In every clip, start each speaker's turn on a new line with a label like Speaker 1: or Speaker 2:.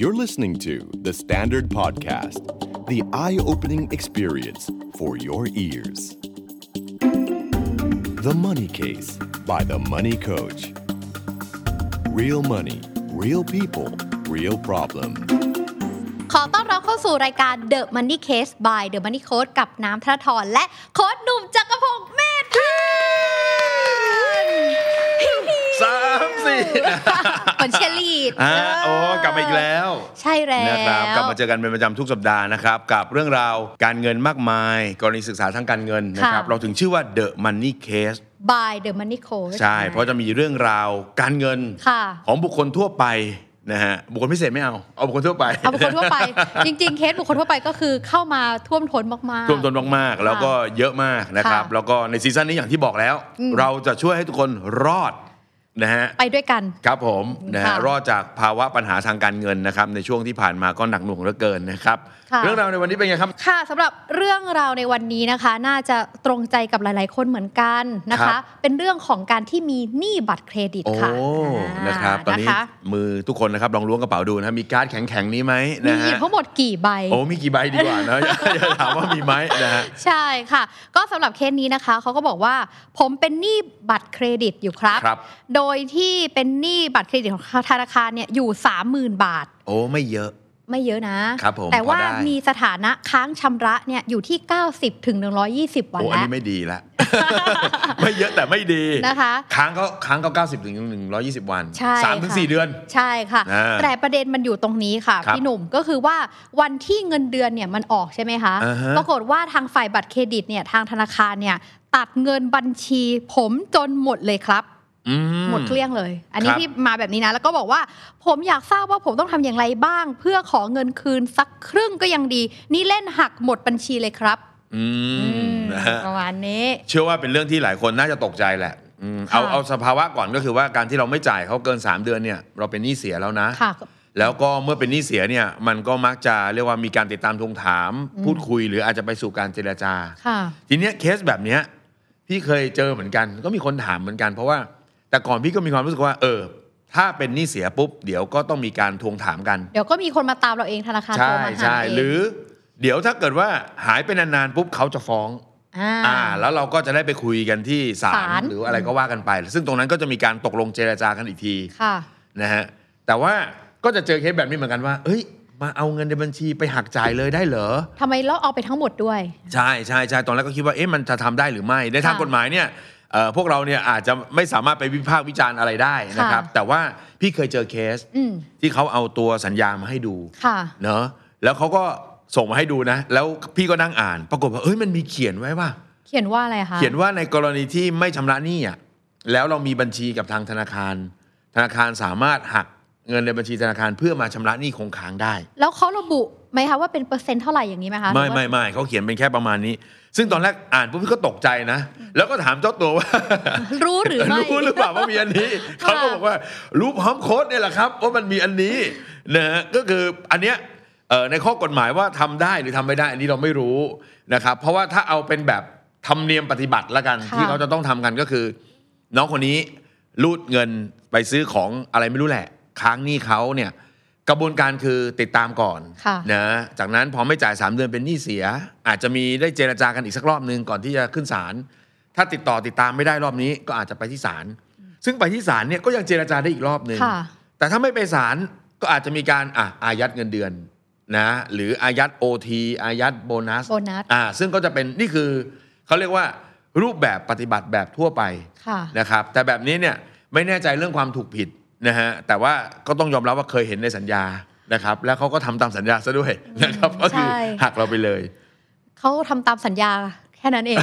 Speaker 1: You're listening to The Standard Podcast, the eye opening experience for your ears. The Money Case by The Money Coach. Real money, real people, real problem.
Speaker 2: ขอต้อนรับเข้าสู่รายการ The Money Case by The Money Coach กับน้ำธนทรและโค้ชหนุ่มจักรพงษ์เมธพันธ์
Speaker 3: สามสี่
Speaker 2: เหมือนเชยร์ลีด
Speaker 3: อ่ะ
Speaker 2: เ
Speaker 3: โอ้กลับมาอีกแล้ว
Speaker 2: ใช่แล้ว
Speaker 3: นะครับกลับมาเจอกันเป็นประจำทุกสัปดาห์นะครับ กับเรื่องราวการเงินมากมาย กรณีศึกษาทางการเงินนะครับ
Speaker 2: ค่ะ
Speaker 3: เราถึงชื่อว่า The Money Case
Speaker 2: by The Money Coach
Speaker 3: ใช่ เพราะจะมีเรื่องราวการเงิน
Speaker 2: ค่ะ
Speaker 3: ของบุคคลทั่วไปนะฮะบุคคลพิเศษไม่เอา เอาบุคคลทั่วไป
Speaker 2: เอาบุคคลทั่วไป จริง ๆ เคสบุคคลทั่วไปก็คือเข้ามาท่วมท้นมากๆ
Speaker 3: รวมตนมากๆ แล้วก็เยอะมากนะครับ
Speaker 2: ค่ะ
Speaker 3: แล้วก็ในซีซั่นนี้อย่างที่บอกแล้ว
Speaker 2: อืม
Speaker 3: เราจะช่วยให้ทุกคนรอดนะฮะ
Speaker 2: ไปด้วยกัน
Speaker 3: ครับผมนะฮะ
Speaker 2: ค่ะ
Speaker 3: รอดจากภาวะปัญหาทางการเงินนะครับในช่วงที่ผ่านมาก็หนักหน่วงเหลือเกินนะครับ
Speaker 2: ค่ะ
Speaker 3: เรื่องราวในวันนี้เป็นไงครับ
Speaker 2: ค่ะสำหรับเรื่องราวในวันนี้นะคะ น่าจะตรงใจกับหลาย ๆ คนเหมือนกันนะ
Speaker 3: ค
Speaker 2: คะ
Speaker 3: รับ
Speaker 2: เป็นเรื่องของการที่มีหนี้บัตรเครดิต
Speaker 3: โอ้
Speaker 2: ค่ะ
Speaker 3: นะครับตอนนี้
Speaker 2: ะคะ
Speaker 3: มือทุกคนนะครับลองล้วงกระเป๋าดูนะมีการ์ดแข็งๆนี้ไหม
Speaker 2: มี
Speaker 3: นะ
Speaker 2: อยู่
Speaker 3: ฮะ
Speaker 2: ทั้งหมดกี่ใบ
Speaker 3: โอ้มีกี่ใบดีกว่าเนอะอย่าอย่าถามว่ามีไหมนะฮะ
Speaker 2: ใช่ค่ะ ก็สำหรับเคสนี้นะคะ เขาก็บอกว่า ผมเป็นหนี้บัตรเครดิตอยู่ครับ
Speaker 3: ครับ
Speaker 2: โดยที่เป็นหนี้บัตรเครดิตของธนาคารเนี่ยอยู่ 30,000 บาท
Speaker 3: โอ้ไม่เยอะ
Speaker 2: ไม่เยอะนะ
Speaker 3: ครับผม
Speaker 2: แต่ว่า
Speaker 3: พอได้
Speaker 2: มีสถานะค้างชำระเนี่ยอยู่ที่ 90ถึง120 วัน
Speaker 3: โอ้อัน
Speaker 2: แล้ว
Speaker 3: นี้ไม่ดีละ ไม่เยอะแต่ไม่ดี
Speaker 2: นะคะ
Speaker 3: ค้างก็ค้างก็90ถึง120 วัน
Speaker 2: ใช่
Speaker 3: สามถึง
Speaker 2: ค่ะ
Speaker 3: สี่เดือน
Speaker 2: ใช่ค่ะ
Speaker 3: อ่า
Speaker 2: แต่ประเด็นมันอยู่ตรงนี้ค่ะ
Speaker 3: ครับ
Speaker 2: พี่หนุ่มก็คือว่าวันที่เงินเดือนเนี่ยมันออกใช่ไหมคะ
Speaker 3: อ่าฮะ
Speaker 2: ปรากฏว่าทางฝ่ายบัตรเครดิตเนี่ยทางธนาคารเนี่ยตัดเงินบัญชีผมจนหมดเลยครับ
Speaker 3: อื
Speaker 2: หมดเกลี้ยงเลย อันนี้
Speaker 3: ครับ
Speaker 2: ที่มาแบบนี้นะ แล้วก็บอกว่า ผมอยากทราบว่าผมต้องทำอย่างไรบ้าง เพื่อขอเงินคืนสักครึ่งก็ยังดี นี่เล่นหักหมดบัญชีเลยครับ
Speaker 3: อื
Speaker 2: อื
Speaker 3: ม
Speaker 2: ม
Speaker 3: นะฮะ
Speaker 2: ประมาณนี้
Speaker 3: เชื่อว่าเป็นเรื่องที่หลายคนน่าจะตกใจแหละอืมเอา
Speaker 2: ค่ะ
Speaker 3: เอาสภาวะก่อนก็คือว่าการที่เราไม่จ่ายเขาเกิน 3 เดือนเนี่ยเราเป็นหนี้เสียแล้วนะ
Speaker 2: ค่ะ
Speaker 3: แล้วก็เมื่อเป็นหนี้เสียเนี่ยมันก็มักจะเรียกว่ามีการติดตามทวงถาม
Speaker 2: อืม
Speaker 3: พูดคุยหรืออาจจะไปสู่การเจรจา
Speaker 2: ค่ะ
Speaker 3: ทีเนี้ยเคสแบบเนี้ยพี่เคยเจอเหมือนกัน ก็มีคนถามเหมือนกัน เพราะว่าแต่ก่อนพี่ก็มีความรู้สึกว่า เออ ถ้าเป็นหนี้เสียปุ๊บเดี๋ยวก็ต้องมีการทวงถามกัน
Speaker 2: เดี๋ยวก็มีคนมาตามเราเองธนาคารโท
Speaker 3: ใช่
Speaker 2: รมาหา
Speaker 3: ใช่
Speaker 2: เอง
Speaker 3: หรือ เดี๋ยวถ้าเกิดว่าหายไปนานๆปุ๊บเขาจะฟ้อง
Speaker 2: า
Speaker 3: อ่าแล้วเราก็จะได้ไปคุยกันที่ศา
Speaker 2: ศาล
Speaker 3: ลหรืออะไรก็ว่ากันไป ซึ่งตรงนั้นก็จะมีการตกลงเจรจากันอีกที
Speaker 2: ค่ะ
Speaker 3: นะฮะแต่ว่าก็จะเจอเคสแบบนี้เหมือนกันว่า เอ้ย มาเอาเงินในบัญชีไปหักจ่ายเลยได้เหรอ
Speaker 2: ทำไมเราเอาไปทั้งหมดด้วย
Speaker 3: ใช่ใช่ใช่ตอนแรกก็คิดว่าเอ๊ะมันจะทำได้หรือไม่ในทาง
Speaker 2: ค่ะ
Speaker 3: กฎหมายเนี่ยเอ่อพวกเราเนี่ยอาจจะไม่สามารถไปวิพากษ์วิจารณ์อะไรได้นะครับ
Speaker 2: ค่ะ
Speaker 3: แต่ว่าพี่เคยเจอเคส
Speaker 2: อืม
Speaker 3: ที่เขาเอาตัวสัญญามาให้ดู
Speaker 2: ค่ะ
Speaker 3: เนอะแล้วเขาก็ส่งมาให้ดูนะ แล้วพี่ก็นั่งอ่าน ปรากฏว่าเอ้ยมันมีเขียนไว้ว่า
Speaker 2: เขียนว่าอะไรคะ
Speaker 3: เขียนว่าในกรณีที่ไม่ชำระหนี้อ่ะแล้วเรามีบัญชีกับทางธนาคาร ธนาคารสามารถหักเงินในบัญชีธนาคารเพื่อมาชำระหนี้คงค้างได้
Speaker 2: แล้วเขาระบุไหมคะว่าเป็นเปอร์เซ็นต์เท่าไหร่อย่างนี้ไหมคะ
Speaker 3: ไม่
Speaker 2: หรือว่า
Speaker 3: ไม่ไม่เขาเขียนเป็นแค่ประมาณนี้ ซึ่งตอนแรกอ่านปุ๊บพี่ก็ตกใจนะ แล้วก็ถามเจ้าตัวว่า
Speaker 2: รู้หรือไม่
Speaker 3: รู้หรือเปล่าว่ามีอันนี้ เขาก็บอกว่ารู้พร้อมโค้ดเนี่ยแหละครับว่ามันมีอันนี้นะฮะก็คืออันเนี้ยเอ่อในข้อกฎหมายว่าทำได้หรือทำไม่ได้อันนี้เราไม่รู้นะครับเพราะว่าถ้าเอาเป็นแบบธรรมเนียมปฏิบัติละกัน
Speaker 2: ค่ะ
Speaker 3: ที่เขาจะต้องทำกันก็คือ น้องคนนี้รูดเงินไปซื้อของอะไรไม่รู้แหละ ค้างหนี้เขาเนี่ยกระบวนการคือติดตามก่อน
Speaker 2: ค่ะ
Speaker 3: นะจากนั้นพอไม่จ่าย 3 เดือนเป็นหนี้เสีย อาจจะมีได้เจรจากันอีกสักรอบนึงก่อนที่จะขึ้นศาล ถ้าติดต่อติดตามไม่ได้รอบนี้ก็อาจจะไปที่ศาลซึ่งไปที่ศาลเนี่ยก็ยังเจรจาได้อีกรอบหนึ่ง
Speaker 2: ค่ะ
Speaker 3: แต่ถ้าไม่ไปศาลก็อาจจะมีการอ่ะอายัดเงินเดือนนะหรืออายัด OT อายัดโบนัส
Speaker 2: โบนัส
Speaker 3: อ่าซึ่งก็จะเป็นนี่คือเขาเรียกว่ารูปแบบปฏิบัติแบบทั่วไป
Speaker 2: ค่ะ
Speaker 3: นะครับแต่แบบนี้เนี่ยไม่แน่ใจเรื่องความถูกผิดนะฮะแต่ว่าก็ต้องยอมรับว่าเคยเห็นในสัญญานะครับแล้วเขาก็ทำตามสัญญาซะด้วยนะครับก็คือ
Speaker 2: ใช่
Speaker 3: หักเราไปเลย
Speaker 2: เขาทำตามสัญญาแค่นั้นเอง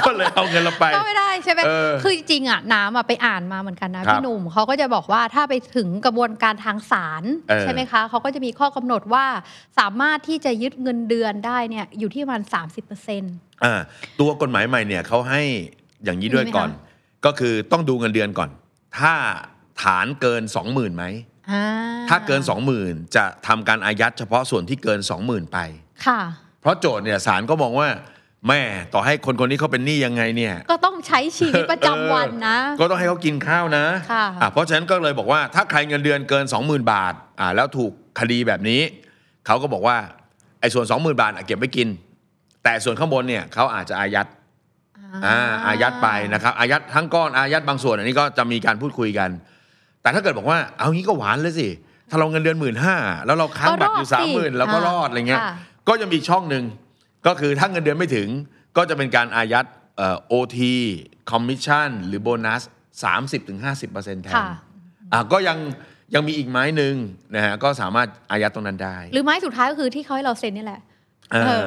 Speaker 3: ก็เลยเอาเงินเราไป
Speaker 2: ก็ไม่ได้ใช่ไหม
Speaker 3: เออ
Speaker 2: คือจริงๆอ่ะน้ำอ่ะไปอ่านมาเหมือนกันนะครับ พี่หนุ่มเขาก็จะบอกว่าถ้าไปถึงกระบวนการทางศาล
Speaker 3: เออ
Speaker 2: ใช่ไหมคะเขาก็จะมีข้อกำหนดว่าสามารถที่จะยึดเงินเดือนได้เนี่ยอยู่ที่ประมาณ 30%เปอร์เซ็นต์
Speaker 3: อ่าตัวกฎหมายใหม่เนี่ยเขาให้อย่างนี้ด้วยก่อน
Speaker 2: มีไหม
Speaker 3: ก็คือต้องดูเงินเดือนก่อน ถ้าฐานเกิน 20,000ไหมถ้าเกิน 20,000 จะทำการอายัดเฉพาะส่วนที่เกิน 20,000 ไป
Speaker 2: ค่ะ
Speaker 3: เพราะโจทย์เนี่ยศาลก็มองว่า แม่ต่อให้คนคนนี้เขาเป็นหนี้ยังไงเนี่ย
Speaker 2: ก็ต้องใช้ชีวิตประจำวันนะ
Speaker 3: ก็ต้องให้เขากินข้าวนะ
Speaker 2: ค่ะ
Speaker 3: อ่เพราะฉะนั้นก็เลยบอกว่าถ้าใครเงินเดือนเกิน 20,000 บาทอ่าแล้วถูกคดีแบบนี้ เขาก็บอกว่าไอ้ส่วน 20,000 บาทอ่ะเก็บไว้กิน แต่ส่วนข้างบนเนี่ยเขาอาจจะอายัดอ่าอายัดไปนะครับอายัดทั้งก้อนอายัดบางส่วน อันนี้ก็จะมีการพูดคุยกัน แต่ถ้าเกิดบอกว่าเอางี้ก็หวานเลยสิถ้าเราเงินเดือนหมื่นห้าแล้วเราค้างบัตรอยู่
Speaker 2: ก็ร
Speaker 3: สา
Speaker 2: อ
Speaker 3: ม
Speaker 2: ด
Speaker 3: ห
Speaker 2: สิ
Speaker 3: มื่นเราก็รอดอะไรเงี้ย
Speaker 2: ค่ะ
Speaker 3: ก็ยังมีอีกช่องหนึ่งก็คือถ้าเงินเดือนไม่ถึงก็จะเป็นการอายัดโอทีคอมมิชชั่นหรือโบนัส 30-50%แทน
Speaker 2: ค่ะ
Speaker 3: อ่ะก็ยังยังมีอีกไม้หนึ่งนะฮะก็สามารถอายัดตรงนั้นได้
Speaker 2: หรือไม้สุดท้ายก็คือที่เขาให้เราเซ็นนี่แหละ
Speaker 3: เออ
Speaker 2: เออ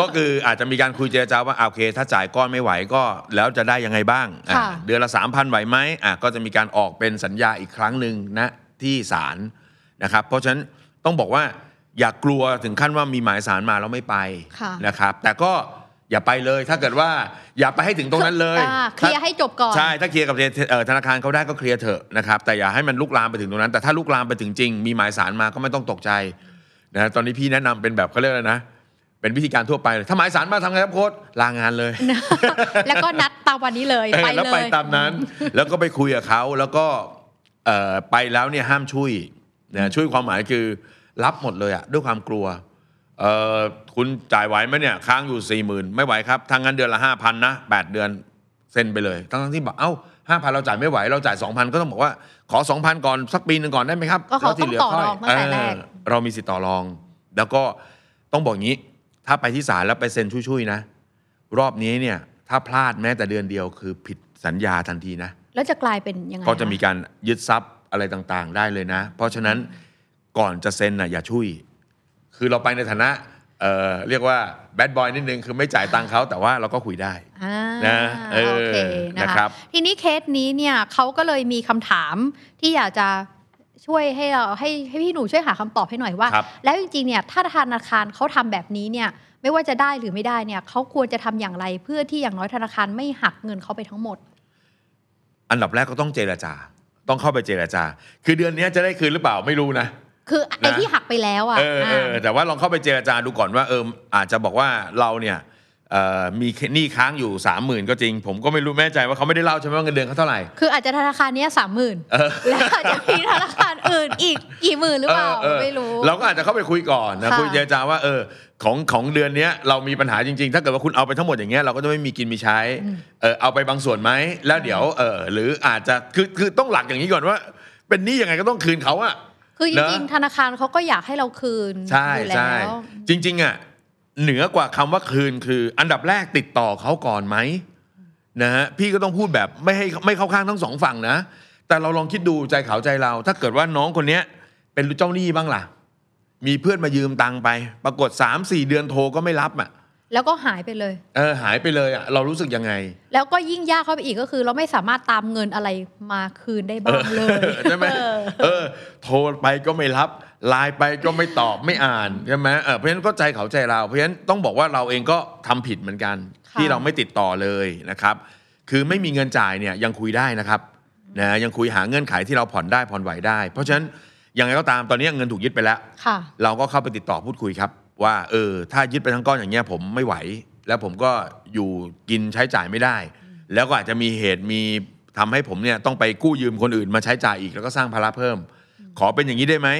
Speaker 3: ก็คืออาจจะมีการคุยเจรจาว่าอ่ะโอเค ถ้าจ่ายก้อนไม่ไหวก็แล้วจะได้ยังไงบ้างอ่ะ
Speaker 2: ค่ะ
Speaker 3: เดือนละ 3,000 ไหวไหมอ่ะก็จะมีการออกเป็นสัญญาอีกครั้งหนึ่งนะที่ศาลนะครับเพราะฉะนั้นต้องบอกว่าอย่ากลัวถึงขั้นว่ามีหมายศาลมาแล้วไม่ไป
Speaker 2: ค่ะ
Speaker 3: นะครับแต่ก็อย่าไปเลยถ้าเกิดว่าอย่าไปให้ถึงตรงนั้นเลย
Speaker 2: อ่าเคลียร์ให้จบก่อน
Speaker 3: ใช่ถ้าเคลียร์กับเอ่อธนาคารเขาได้ก็เคลียร์เถอะนะครับแต่อย่าให้มันลุกลามไปถึงตรงนั้น แต่ถ้าลุกลามไปถึงจริง มีหมายสารมาก็ไม่ต้องตกใจนะตอนนี้พี่แนะนำเป็นแบบเขาเรียกอะไรนะ เป็นวิธีการทั่วไปเลยถ้าหมายสารมาทำไงครับโค้ดลางานเลย
Speaker 2: แล้วก็นัดตามวันนี้เลย
Speaker 3: เออ
Speaker 2: ไป
Speaker 3: แล้ว
Speaker 2: เล
Speaker 3: ไป
Speaker 2: ย
Speaker 3: ตามนั้น แล้วก็ไปคุยกับเขาแล้วก็เอ่อไปแล้วเนี่ยห้ามช่วยนะช่วยความหมายคือรับหมดเลยอะด้วยความกลัว เออคุณจ่ายไหวไหมเนี่ยค้างอยู่สี่หมื่นไม่ไหวครับทางงั้นเดือนละห้าพันนะแปดเดือนเซ็นไปเลยทั้งๆที่บอกเอ้าห้าพันเราจ่ายไม่ไหวเราจ่ายสองพันก็ต้องบอกว่าขอสองพันก่อนสักปีหนึ่งก่อนได้ไหมครับ
Speaker 2: ก็ขอ
Speaker 3: แล้วที่เหลื
Speaker 2: ต้องต่อรองตั้งแต่แรก
Speaker 3: เออเรามีสิทธิ์ต่อรอง แล้วก็ต้องบอกงี้ ถ้าไปที่ศาลแล้วไปเซ็นช่วยๆนะ รอบนี้เนี่ยถ้าพลาดแม้แต่เดือนเดียวคือผิดสัญญาทันทีนะ
Speaker 2: แล้วจะกลายเป็นยังไง
Speaker 3: ก็จะมี
Speaker 2: น
Speaker 3: การยึดทรัพย์อะไรต่างๆ ได้เลยนะ เพราะฉะนั้นก่อนจะเซ็นน่ะอย่าช่วย คือเราไปในฐานะเอ่อเรียกว่าแบดบอยนิดนึง คือไม่จ่ายตังค์เขาแต่ว่าเราก็คุยได้
Speaker 2: อ่า
Speaker 3: นะเออ
Speaker 2: โอเคนะ
Speaker 3: นะครั
Speaker 2: คะ
Speaker 3: บ
Speaker 2: ทีนี้เคสนี้เนี่ยเขาก็เลยมีคำถามที่อยากจะช่วยให้เราให้ให้พี่หนูช่วยหาคำตอบให้หน่อยว่า
Speaker 3: ครับ
Speaker 2: แล้วจริงๆเนี่ยถ้าธนาคารเขาทำแบบนี้เนี่ยไม่ว่าจะได้หรือไม่ได้เนี่ยเขาควรจะทำอย่างไรเพื่อที่อย่างน้อยธนาคารไม่หักเงินเขาไปทั้งหมด
Speaker 3: อันดับแรกก็ต้องเจรจา ต้องเข้าไปเจรจา คือเดือนเนี้ยจะได้คืนหรือเปล่าไม่รู้นะ
Speaker 2: คือไอ้
Speaker 3: นะ
Speaker 2: ที่หักไปแล้วอ่ะ
Speaker 3: เออเออ
Speaker 2: อ่า
Speaker 3: แต่ว่าลองเข้าไปเจรจาดูก่อนว่าเอออาจจะบอกว่าเราเนี่ยเอ่อมีหนี้ค้างอยู่สามหมื่นก็จริง ผมก็ไม่รู้แน่ใจว่าเขาไม่ได้เล่าใช่ไหมว่าเงินเดือนเขาเท่าไหร่
Speaker 2: คืออาจจะธนาคารเนี้ยสามหมื่นแล้วอาจจะมีธนาคารอื่นอีกกี่หมื่นหรือเปล่า
Speaker 3: เออเออ
Speaker 2: ไม่รู้
Speaker 3: เราก็อาจจะเข้าไปคุยก่อนนะ
Speaker 2: ค่ะ
Speaker 3: คุยเจรจาว่าเออของของเดือนเนี้ยเรามีปัญหาจริงๆ ถ้าเกิดว่าคุณเอาไปทั้งหมดอย่างเงี้ยเราก็จะไม่มีกินมีใช้เออเอาไปบางส่วนไหมแล้วเดี๋ยวเออหรืออาจจะคือคือต้องหลักอย่างนี้ก่อนว่า เป็นหนี้ยังไงก็ต้องคืนเขาอะ
Speaker 2: คือจ
Speaker 3: เนอะ
Speaker 2: ริงๆธนาคารเขาก็อยากให้เราคืน
Speaker 3: ใช่
Speaker 2: อยู่แล้
Speaker 3: ใช่
Speaker 2: ว
Speaker 3: จริงๆอ่ะเหนือกว่าคำว่าคืนคือ อันดับแรกติดต่อเขาก่อนไหมนะฮะพี่ก็ต้องพูดแบบไม่ให้ไม่เข้าข้างทั้งสองฝั่งนะ แต่เราลองคิดดูใจเขาใจเรา ถ้าเกิดว่าน้องคนเนี้ยเป็นเจ้าหนี้บ้างล่ะ มีเพื่อนมายืมตังค์ไป ปรากฏ 3 4 เดือนโทรก็ไม่รับอ่ะ
Speaker 2: แล้วก็หายไปเลย
Speaker 3: เออหายไปเลยอ่ะเรารู้สึกยังไง
Speaker 2: แล้วก็ยิ่งยากเข้าไปอีกก็คือ เราไม่สามารถตามเงินอะไรมาคืนได้บ้างเลย
Speaker 3: ใช่ไหมเออ โทรไปก็ไม่รับไลน์ไปก็ไม่ตอบไม่อ่านใช่ไหมเออเพราะฉะนั้นก็ใจเขาใจเราเพราะฉะนั้นต้องบอกว่าเราเองก็ทำผิดเหมือนกัน
Speaker 2: ค่ะ
Speaker 3: ที่เราไม่ติดต่อเลยนะครับ คือไม่มีเงินจ่ายเนี่ยยังคุยได้นะครับนะยังคุยหาเงื่อนไขที่เราผ่อนได้ผ่อนไหวได้ เพราะฉะนั้นยังไงก็ตามตอนนี้เงินถูกยึดไปแล้ว
Speaker 2: ค่ะ
Speaker 3: เราก็เข้าไปติดต่อพูดคุยครับ ว่าเออถ้ายึดไปทั้งก้อนอย่างเงี้ยผมไม่ไหว แล้วผมก็อยู่กินใช้จ่ายไม่ได้ แล้วก็อาจจะมีเหตุมีทำให้ผมเนี่ยต้องไปกู้ยืมคนอื่นมาใช้จ่ายอีกแล้วก็สร้างภาระเพิ่ม ขอเป็นอย่างนี้ได้ไหม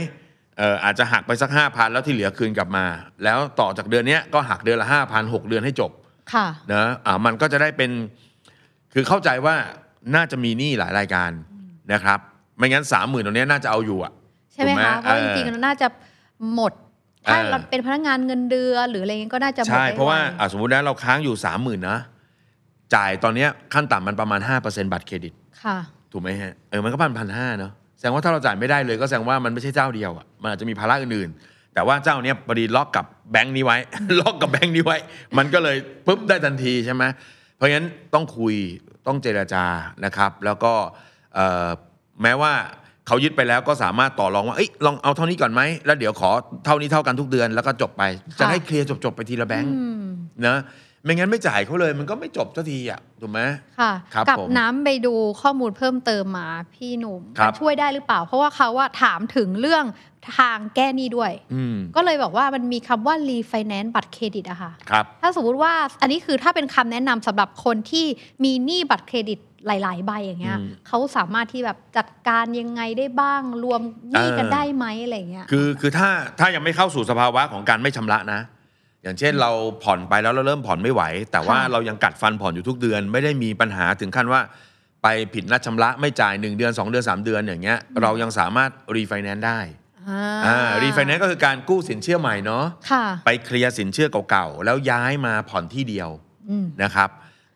Speaker 3: เอออาจจะหักไปสักห้าพันแล้วที่เหลือคืนกลับมา แล้วต่อจากเดือนเนี้ยก็หักเดือนละห้าพันหกเดือนให้จบ
Speaker 2: ค่ะ
Speaker 3: นะอ่ามันก็จะได้เป็นคือเข้าใจว่าน่าจะมีหนี้หลายรายการนะครับ ไม่งั้นสามหมื่นตรงเนี้ยน่าจะเอาอยู่อ่ะ
Speaker 2: ใช่ไหม
Speaker 3: ถูก
Speaker 2: คะ เพราะจริง
Speaker 3: เอ
Speaker 2: ๆ
Speaker 3: อ
Speaker 2: เราน่าจะหมด ถ้า
Speaker 3: เออ
Speaker 2: เราเป็นพนักงานเงินเดือนหรืออะไรเงี้ยก็น่าจะหมด
Speaker 3: ใช่
Speaker 2: ได้
Speaker 3: เพราะว่า
Speaker 2: ไ
Speaker 3: อ่ะสมมตินะเราค้างอยู่สามหมื่นนะ จ่ายตอนเนี้ยขั้นต่ำมันประมาณ 5%บัตรเครดิต
Speaker 2: ค่ะ
Speaker 3: ถูกไหมฮะเออมันก็พันพันห้าเนาะแสดงว่าถ้าเราจ่ายไม่ได้เลยก็แสดงว่ามันไม่ใช่เจ้าเดียวอ่ะมันอาจจะมีภาระอื่นๆ แต่ว่าเจ้าเนี้ยพอดีล็อกกับแบงค์นี้ไว้ ล็อกกับแบงค์นี้ไว้ มันก็เลยปุ๊บได้ทันทีใช่ไหมเพราะงั้นต้องคุยต้องเจรจานะครับ แล้วก็เอ่อแม้ว่าเขายึดไปแล้วก็สามารถต่อรองว่าเอ้ยลองเอาเท่านี้ก่อนไหมแล้วเดี๋ยวขอเท่านี้เท่ากันทุกเดือนแล้วก็จบไป จะ
Speaker 2: ค่ะ
Speaker 3: ให้เคลียร์จบๆไปทีละแบงค์
Speaker 2: อืม
Speaker 3: นะ ไม่งั้นไม่จ่ายเขาเลย มันก็ไม่จบสักทีอ่ะถูกไหม
Speaker 2: ค่ะ
Speaker 3: ครับ
Speaker 2: กั
Speaker 3: ผม
Speaker 2: น้ำไปดูข้อมูลเพิ่มเติมมาพี่หนุ่ม
Speaker 3: ครับ
Speaker 2: มันช่วยได้หรือเปล่า เพราะว่าเขาว่าถามถึงเรื่องทางแก้หนี้ด้วย
Speaker 3: อืม
Speaker 2: ก็เลยบอกว่ามันมีคำว่า refinance บัตรเครดิตอะค่ะ
Speaker 3: ครับ
Speaker 2: ถ้าสมมติว่าอันนี้คือถ้าเป็นคำแนะนำสำหรับคนที่มีหนี้บัตรเครดิตหลาย ๆ ใบอย่างเงี้ย
Speaker 3: อืม
Speaker 2: เขาสามารถที่แบบจัดการยังไงได้บ้าง รวมหนี้กันได้ไหมอะไรเงี้ย
Speaker 3: คือคือถ้าถ้ายังไม่เข้าสู่สภาวะของการไม่ชำระนะ อย่างเช่นเราผ่อนไปแล้วเราเริ่มผ่อนไม่ไหว แต่ว่า
Speaker 2: ค่ะ
Speaker 3: เรายังกัดฟันผ่อนอยู่ทุกเดือน ไม่ได้มีปัญหาถึงขั้นว่า ไปผิดนัดชำระไม่จ่าย 1 เดือน 2 เดือน 3 เดือนอย่างเงี้ยเรายังสามารถรีไฟแนนซ์ได้อ่ารีไฟแนนซ์ก็คือการกู้สินเชื่อใหม่เนาะ
Speaker 2: ค่ะ
Speaker 3: ไปเคลียร์สินเชื่อเก่าๆ แล้วย้ายมาผ่อนที่เดียว
Speaker 2: อืม
Speaker 3: นะครับ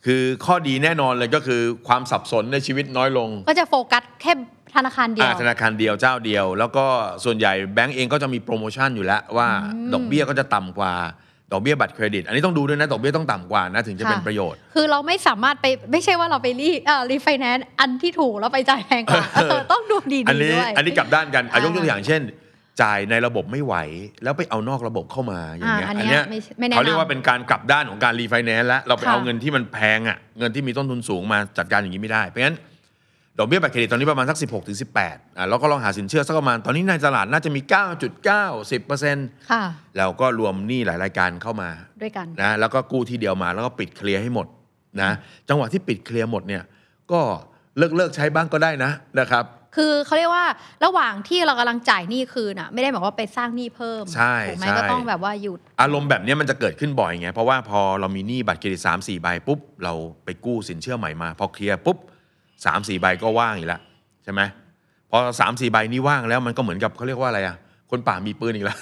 Speaker 3: คือข้อดีแน่นอนเลยก็คือความสับสนในชีวิตน้อยลง
Speaker 2: ก็จะโฟกัสแค่ธนาคารเดียว
Speaker 3: อ่าธนาคารเดียวเจ้าเดียว แล้วก็ส่วนใหญ่แบงก์เองก็จะมีโปรโมชั่นอยู่แล้วว่า
Speaker 2: อืม
Speaker 3: ดอกเบี้ยก็จะต่ำกว่าดอกเบี้ยบัตรเครดิต อันนี้ต้องดูด้วยนะดอกเบี้ยต้องต่ำกว่านะถึงจะ
Speaker 2: ค่ะ
Speaker 3: เป็นประโยชน์
Speaker 2: คือเราไม่สามารถไปไม่ใช่ว่าเราไปรีเอ่อรีไฟแนนซ์อันที่ถูกแล้วไปจ่ายแพงกว่า
Speaker 3: เออ
Speaker 2: เออต้องดูดีๆ
Speaker 3: อันนี้
Speaker 2: ด้วย
Speaker 3: อันนี้กลับด้านกันอ่ะ
Speaker 2: อ่าย ย
Speaker 3: กตัวอย่างเช่น จ่ายในระบบไม่ไหว แล้วไปเอานอกระบบเข้ามาอย่าง
Speaker 2: อ่า
Speaker 3: เงี้ย
Speaker 2: อัน
Speaker 3: อัน
Speaker 2: เนี้
Speaker 3: เนี้
Speaker 2: ย
Speaker 3: ย
Speaker 2: ไม่ไม่แนะนำ
Speaker 3: เขาเรียกว่าเป็นการกลับด้านของการรีไฟแนนซ์แล้วเราไป
Speaker 2: ค่ะ
Speaker 3: เอาเงินที่มันแพงอ่ะเงินที่มีต้นทุนสูงมาจัดการอย่างนี้ไม่ได้เพราะงั้นดอกเบี้ยบัตรเครดิตตอนนี้ประมาณสัก 16ถึง18อ่ะเราก็ลองหาสินเชื่อสักประมาณตอนนี้ในตลาดน่าจะมี 9.9 10%
Speaker 2: ค่ะ
Speaker 3: เราก็รวมหนี้หลายรายการเข้ามา
Speaker 2: ด้วยกัน
Speaker 3: นะแล้วก็กู้ที่เดียวมาแล้วก็ปิดเคลียร์ให้หมดนะจังหวะที่ปิดเคลียร์หมดเนี่ยก็เลิกเลิกใช้บ้างก็ได้นะนะครับ
Speaker 2: คือเขาเรียกว่าระหว่างที่เรากำลังจ่ายหนี้คืนอ่ะ ไม่ได้บอกว่าไปสร้างหนี้เพิ่ม
Speaker 3: ใช่
Speaker 2: ถูกไหม
Speaker 3: ใช่
Speaker 2: ก็ต้องแบบว่าหยุด
Speaker 3: อารมณ์แบบเนี้ยมันจะเกิดขึ้นบ่อยไงเพราะว่าพอเรามีหนี้บัตรเครดิต3 4ใบปุ๊บเราไปกู้สินเชื่อใหม่มา พอเคลียร์ปุ๊บ3 4ใบก็ว่างอีกแล้วใช่ไหมพอ3 4ใบนี้ว่างแล้วมันก็เหมือนกับเขาเรียกว่าอะไรอะคนป่ามีปืนอีกแล้ว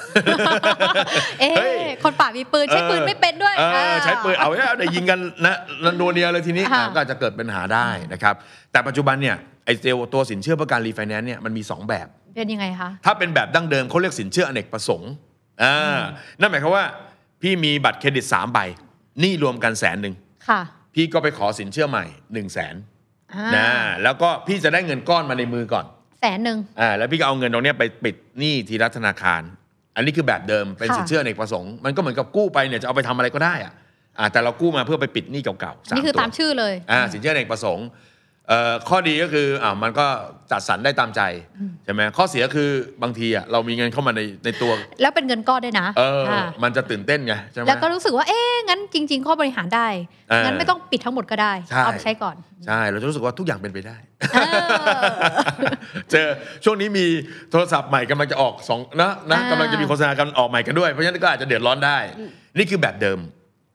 Speaker 2: เอ๊ะ
Speaker 3: เฮ้ย
Speaker 2: คนป่ามีปืนใช้ปืน
Speaker 3: ออ
Speaker 2: ไม่เป็นด้วย
Speaker 3: เออ
Speaker 2: เออ
Speaker 3: ใช้ปืนเอาเนี่ยได้ยิงกันนะนันโดเนียเลยทีนี้
Speaker 2: ค่ะ
Speaker 3: อ่ะก็อาจจะเกิดปัญหาได้นะครับ แต่ปัจจุบันเนี่ยไอเซลตัวสินเชื่อเพื่อการรีไฟแนนซ์เนี่ยมันมี 2 แบบ
Speaker 2: เป็นยังไงคะ
Speaker 3: ถ้าเป็นแบบดั้งเดิมเขาเรียกสินเชื่ออเนกประสงค์อ่านั่นหมายความว่า พี่มีบัตรเครดิต 3 ใบหนี่รวมกันแสนหนึ่ง
Speaker 2: ค่ะ
Speaker 3: พี่ก็ไปขอสินเชื่อใหม่ 1 0 0 0 0แสน
Speaker 2: อ่า
Speaker 3: นะแล้วก็พี่จะได้เงินก้อนมาในมือก่อน
Speaker 2: แสนหนึ่ง
Speaker 3: อ่าแล้วพี่ก็เอาเงินตรงเนี้ยไปปิดหนี้ทีละธนาคาร อันนี้คือแบบเดิมเป็น
Speaker 2: ค่ะ
Speaker 3: สินเชื่ออเนกประสงค์มันก็เหมือนกับกู้ไปเนี่ยจะเอาไปทำอะไรก็ได้อะอ่าแต่เรากู้มาเพื่อไปปิดหนี้เก่าๆสาม
Speaker 2: นี่คือ
Speaker 3: ตัว
Speaker 2: ตามชื่อเลย
Speaker 3: อ่าสินเชื่ออเนกประสงค์เอ่อข้อดีก็คืออ่ามันก็จัดสรรได้ตามใจใช่ไหมข้อเสียคือบางทีอ่ะเรามีเงินเข้ามาในในตัว
Speaker 2: แล้วเป็นเงินก้อนด้วยนะ
Speaker 3: เออ
Speaker 2: ค่ะ
Speaker 3: มันจะตื่นเต้นไงใช่ไหม
Speaker 2: แล้วก็รู้สึกว่าเอ๊ะงั้นจริง ๆ ข้อบริหารได้
Speaker 3: เออ
Speaker 2: งั้นไม่ต้องปิดทั้งหมดก็ได้
Speaker 3: ใช่
Speaker 2: เอาไปใช้ก่อน
Speaker 3: ใช่เราจะรู้สึกว่าทุกอย่างเป็นไปได้
Speaker 2: เอ อ
Speaker 3: เจอช่วงนี้มีโทรศัพท์ใหม่กำลังจะออกสองนะ
Speaker 2: อ่าก
Speaker 3: นะำลังจะมีโฆษณากันออกใหม่กันด้วย เพราะฉะนั้นก็อาจจะเดือดร้อนได้ นี่คือแบบเดิม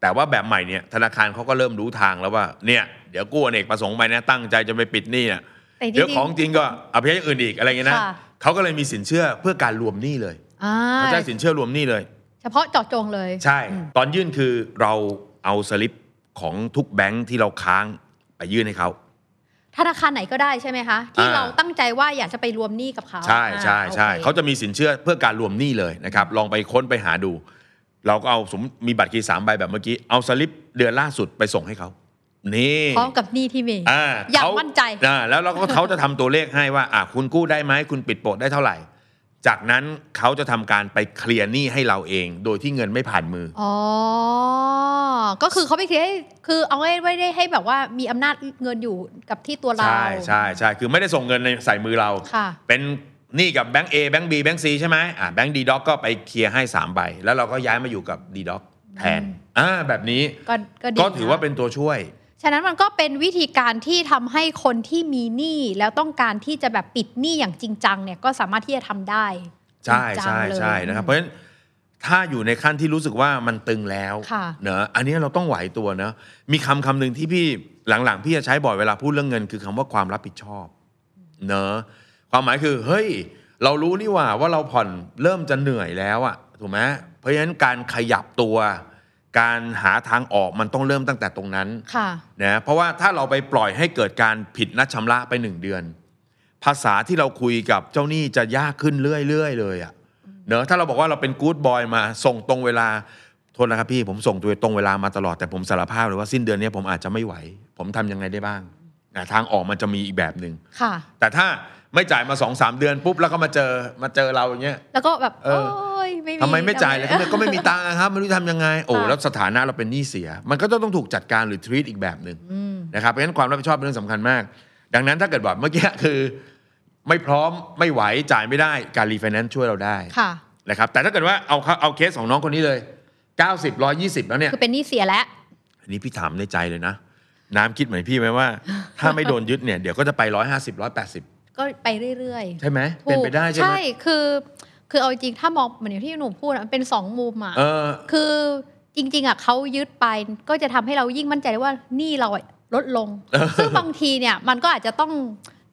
Speaker 3: แต่ว่าแบบใหม่เนี่ยธนาคารเขาก็เริ่มรู้ทางแล้วว่าเนี่ยเดี๋ยวกู้อเนกประสงค์ไปนะตั้งใจจะไปปิดหนี้เนี่ย
Speaker 2: แต่จริงๆ
Speaker 3: เดี๋ยวของจริงก็เอาไปให้อย่างอื่นอีกอะไรเงี้ยนะ
Speaker 2: ค่ะ
Speaker 3: เขาก็เลยมีสินเชื่อเพื่อการรวมหนี้เลย
Speaker 2: อ่า
Speaker 3: เขาจะให้สินเชื่อรวมหนี้เลย
Speaker 2: เฉพาะเจาะจงเลย
Speaker 3: ใช่ ตอนยื่นคือเราเอาสลิปของทุกแบงค์ที่เราค้างไปยื่นให้เขา
Speaker 2: ธนาคารไหนก็ได้ใช่ไหมคะ ที่
Speaker 3: อ่า
Speaker 2: เราตั้งใจว่าอยากจะไปรวมหนี้กับเขา
Speaker 3: ใช่ใช่
Speaker 2: อ่า
Speaker 3: ใช่
Speaker 2: โอค
Speaker 3: เขาจะมีสินเชื่อเพื่อการรวมหนี้เลยนะครับ ลองไปค้นไปหาดู เราก็เอาสมมติมีบัตรเครดิตสามใบแบบเมื่อกี้ เอาสลิปเดือนล่าสุดไปส่งให้เขานี่
Speaker 2: พร้อมกับหนี้ที่มี
Speaker 3: อ่า
Speaker 2: อย่าง
Speaker 3: เข
Speaker 2: มั่นใจ
Speaker 3: อ่าแล้วเราก็ เขาจะทำตัวเลขให้ว่าอ่ะคุณกู้ได้ไหมคุณปิดโปะได้เท่าไหร่ จากนั้นเขาจะทำการไปเคลียร์หนี้ให้เราเอง โดยที่เงินไม่ผ่านมือ
Speaker 2: อ๋อ ก็คือเขาไม่เคยให้คือเอาไว้ไม่ได้ให้แบบว่ามีอำนาจเงินอยู่กับที่ตัวเรา
Speaker 3: ใช่ใช่ใช่คือไม่ได้ส่งเงินในใส่มือเรา
Speaker 2: ค่ะ
Speaker 3: เป็นหนี้กับแบงก์ A แบงก์ B แบงก์ C ใช่ไหมอ่าแบงก์ดีด็อกก็ไปเคลียร์ให้ 3 ใบ แล้วเราก็ย้ายมาอยู่กับดีด็อกแทนอ่าแบบนี้
Speaker 2: ก็ก็ดี
Speaker 3: ก็ถือว่าเป็
Speaker 2: ะ
Speaker 3: นตัวช่วย
Speaker 2: ฉะนั้นมันก็เป็นวิธีการที่ทำให้คนที่มีหนี้แล้วต้องการที่จะแบบปิดหนี้อย่างจริงจังเนี่ยก็สามารถที่จะทำได้
Speaker 3: ใช่
Speaker 2: จงจัง
Speaker 3: ใช่
Speaker 2: เลย
Speaker 3: ใช่นะครับ เพราะฉะนั้นถ้าอยู่ในขั้นที่รู้สึกว่ามันตึงแล้ว
Speaker 2: ค่ะ
Speaker 3: เนอะอันนี้เราต้องไหวตัวเนอะมีคำคำหนึ่งที่พี่หลังๆ พี่จะใช้บ่อยเวลาพูดเรื่องเงิน คือคำว่าความรับผิดชอบ เนอะความหมายคือ เฮ้ย เรารู้นี่หว่าว่าเราผ่อนเริ่มจะเหนื่อยแล้วอะถูกไหมเพราะฉะนั้นการขยับตัว การหาทางออกมันต้องเริ่มตั้งแต่ตรงนั้น
Speaker 2: ค่ะ
Speaker 3: นะเพราะว่าถ้าเราไปปล่อยให้เกิดการผิดนัดชำระไปหนึ่งเดือน ภาษาที่เราคุยกับเจ้าหนี้จะยากขึ้นเรื่อยๆเลยอะเนอะถ้าเราบอกว่าเราเป็นกู๊ดบอยมาส่งตรงเวลาโทษนะครับพี่ผมส่งตัวตรงเวลามาตลอดแต่ผมสารภาพเลยว่าสิ้นเดือนเนี้ยผมอาจจะไม่ไหว ผมทำยังไงได้บ้างอ่ะทางออกมันจะมีอีกแบบหนึ่ง
Speaker 2: ค่ะ
Speaker 3: แต่ถ้า ไม่จ่ายมาสองสามเดือนปุ๊บแล้วก็มาเจอมาเจอเราอย่างเงี้ย
Speaker 2: แล้วก็แบบ
Speaker 3: เอ
Speaker 2: โอ้
Speaker 3: อ
Speaker 2: ยไม่มี
Speaker 3: ทำไมไม่จ่ายเลย
Speaker 2: ทำ
Speaker 3: ก็ไม่มีตังค์นะครับไม่รู้จะทำยังไง โอ้
Speaker 2: ค่ะ
Speaker 3: แล้วสถานะเราเป็นหนี้เสีย มันก็ต้องถูกจัดการหรือท e ีตอีกแบบหนึ่ง
Speaker 2: อืม
Speaker 3: นะครับเพราะฉะนั้นความรับผิดชอบเป็นเรื่องสำคัญมาก ดังนั้นถ้าเกิดแบบเมื่อกี้คือ ไม่พร้อมไม่ไหวจ่ายไม่ได้การรีไฟแนนซ์ช่วยเราได้
Speaker 2: ค่ะ
Speaker 3: นะครับแต่ถ้าเกิดว่าเอาเอาเคสของน้องคนนี้เลย 90 120 แล้วเนี่ย
Speaker 2: คือเป็นหนี้เสียแล้ว
Speaker 3: อันนี้พี่ถามในใจเลยนะ น้ำคิดเหมือนพี่ไหมว่า ถ้าไม่โดนยึดเนี่ยเดี๋ยวก็จะไป 150 180
Speaker 2: ก็ไปเรื่อยๆ
Speaker 3: ใช่ไหมเป็นไปได้ใช่ไหม
Speaker 2: ใช่คือ คือเอาจริงๆถ้ามองเหมือนอย่างที่หนุ่มพูดอะมันเป็นสองมุมอ่ะ
Speaker 3: เออ
Speaker 2: คือจริงๆอ่ะเขายึดไปก็จะทำให้เรายิ่งมั่นใจได้ว่าหนี่เราอะลดลง ซึ่งบางทีเนี่ยมันก็อาจจะต้อง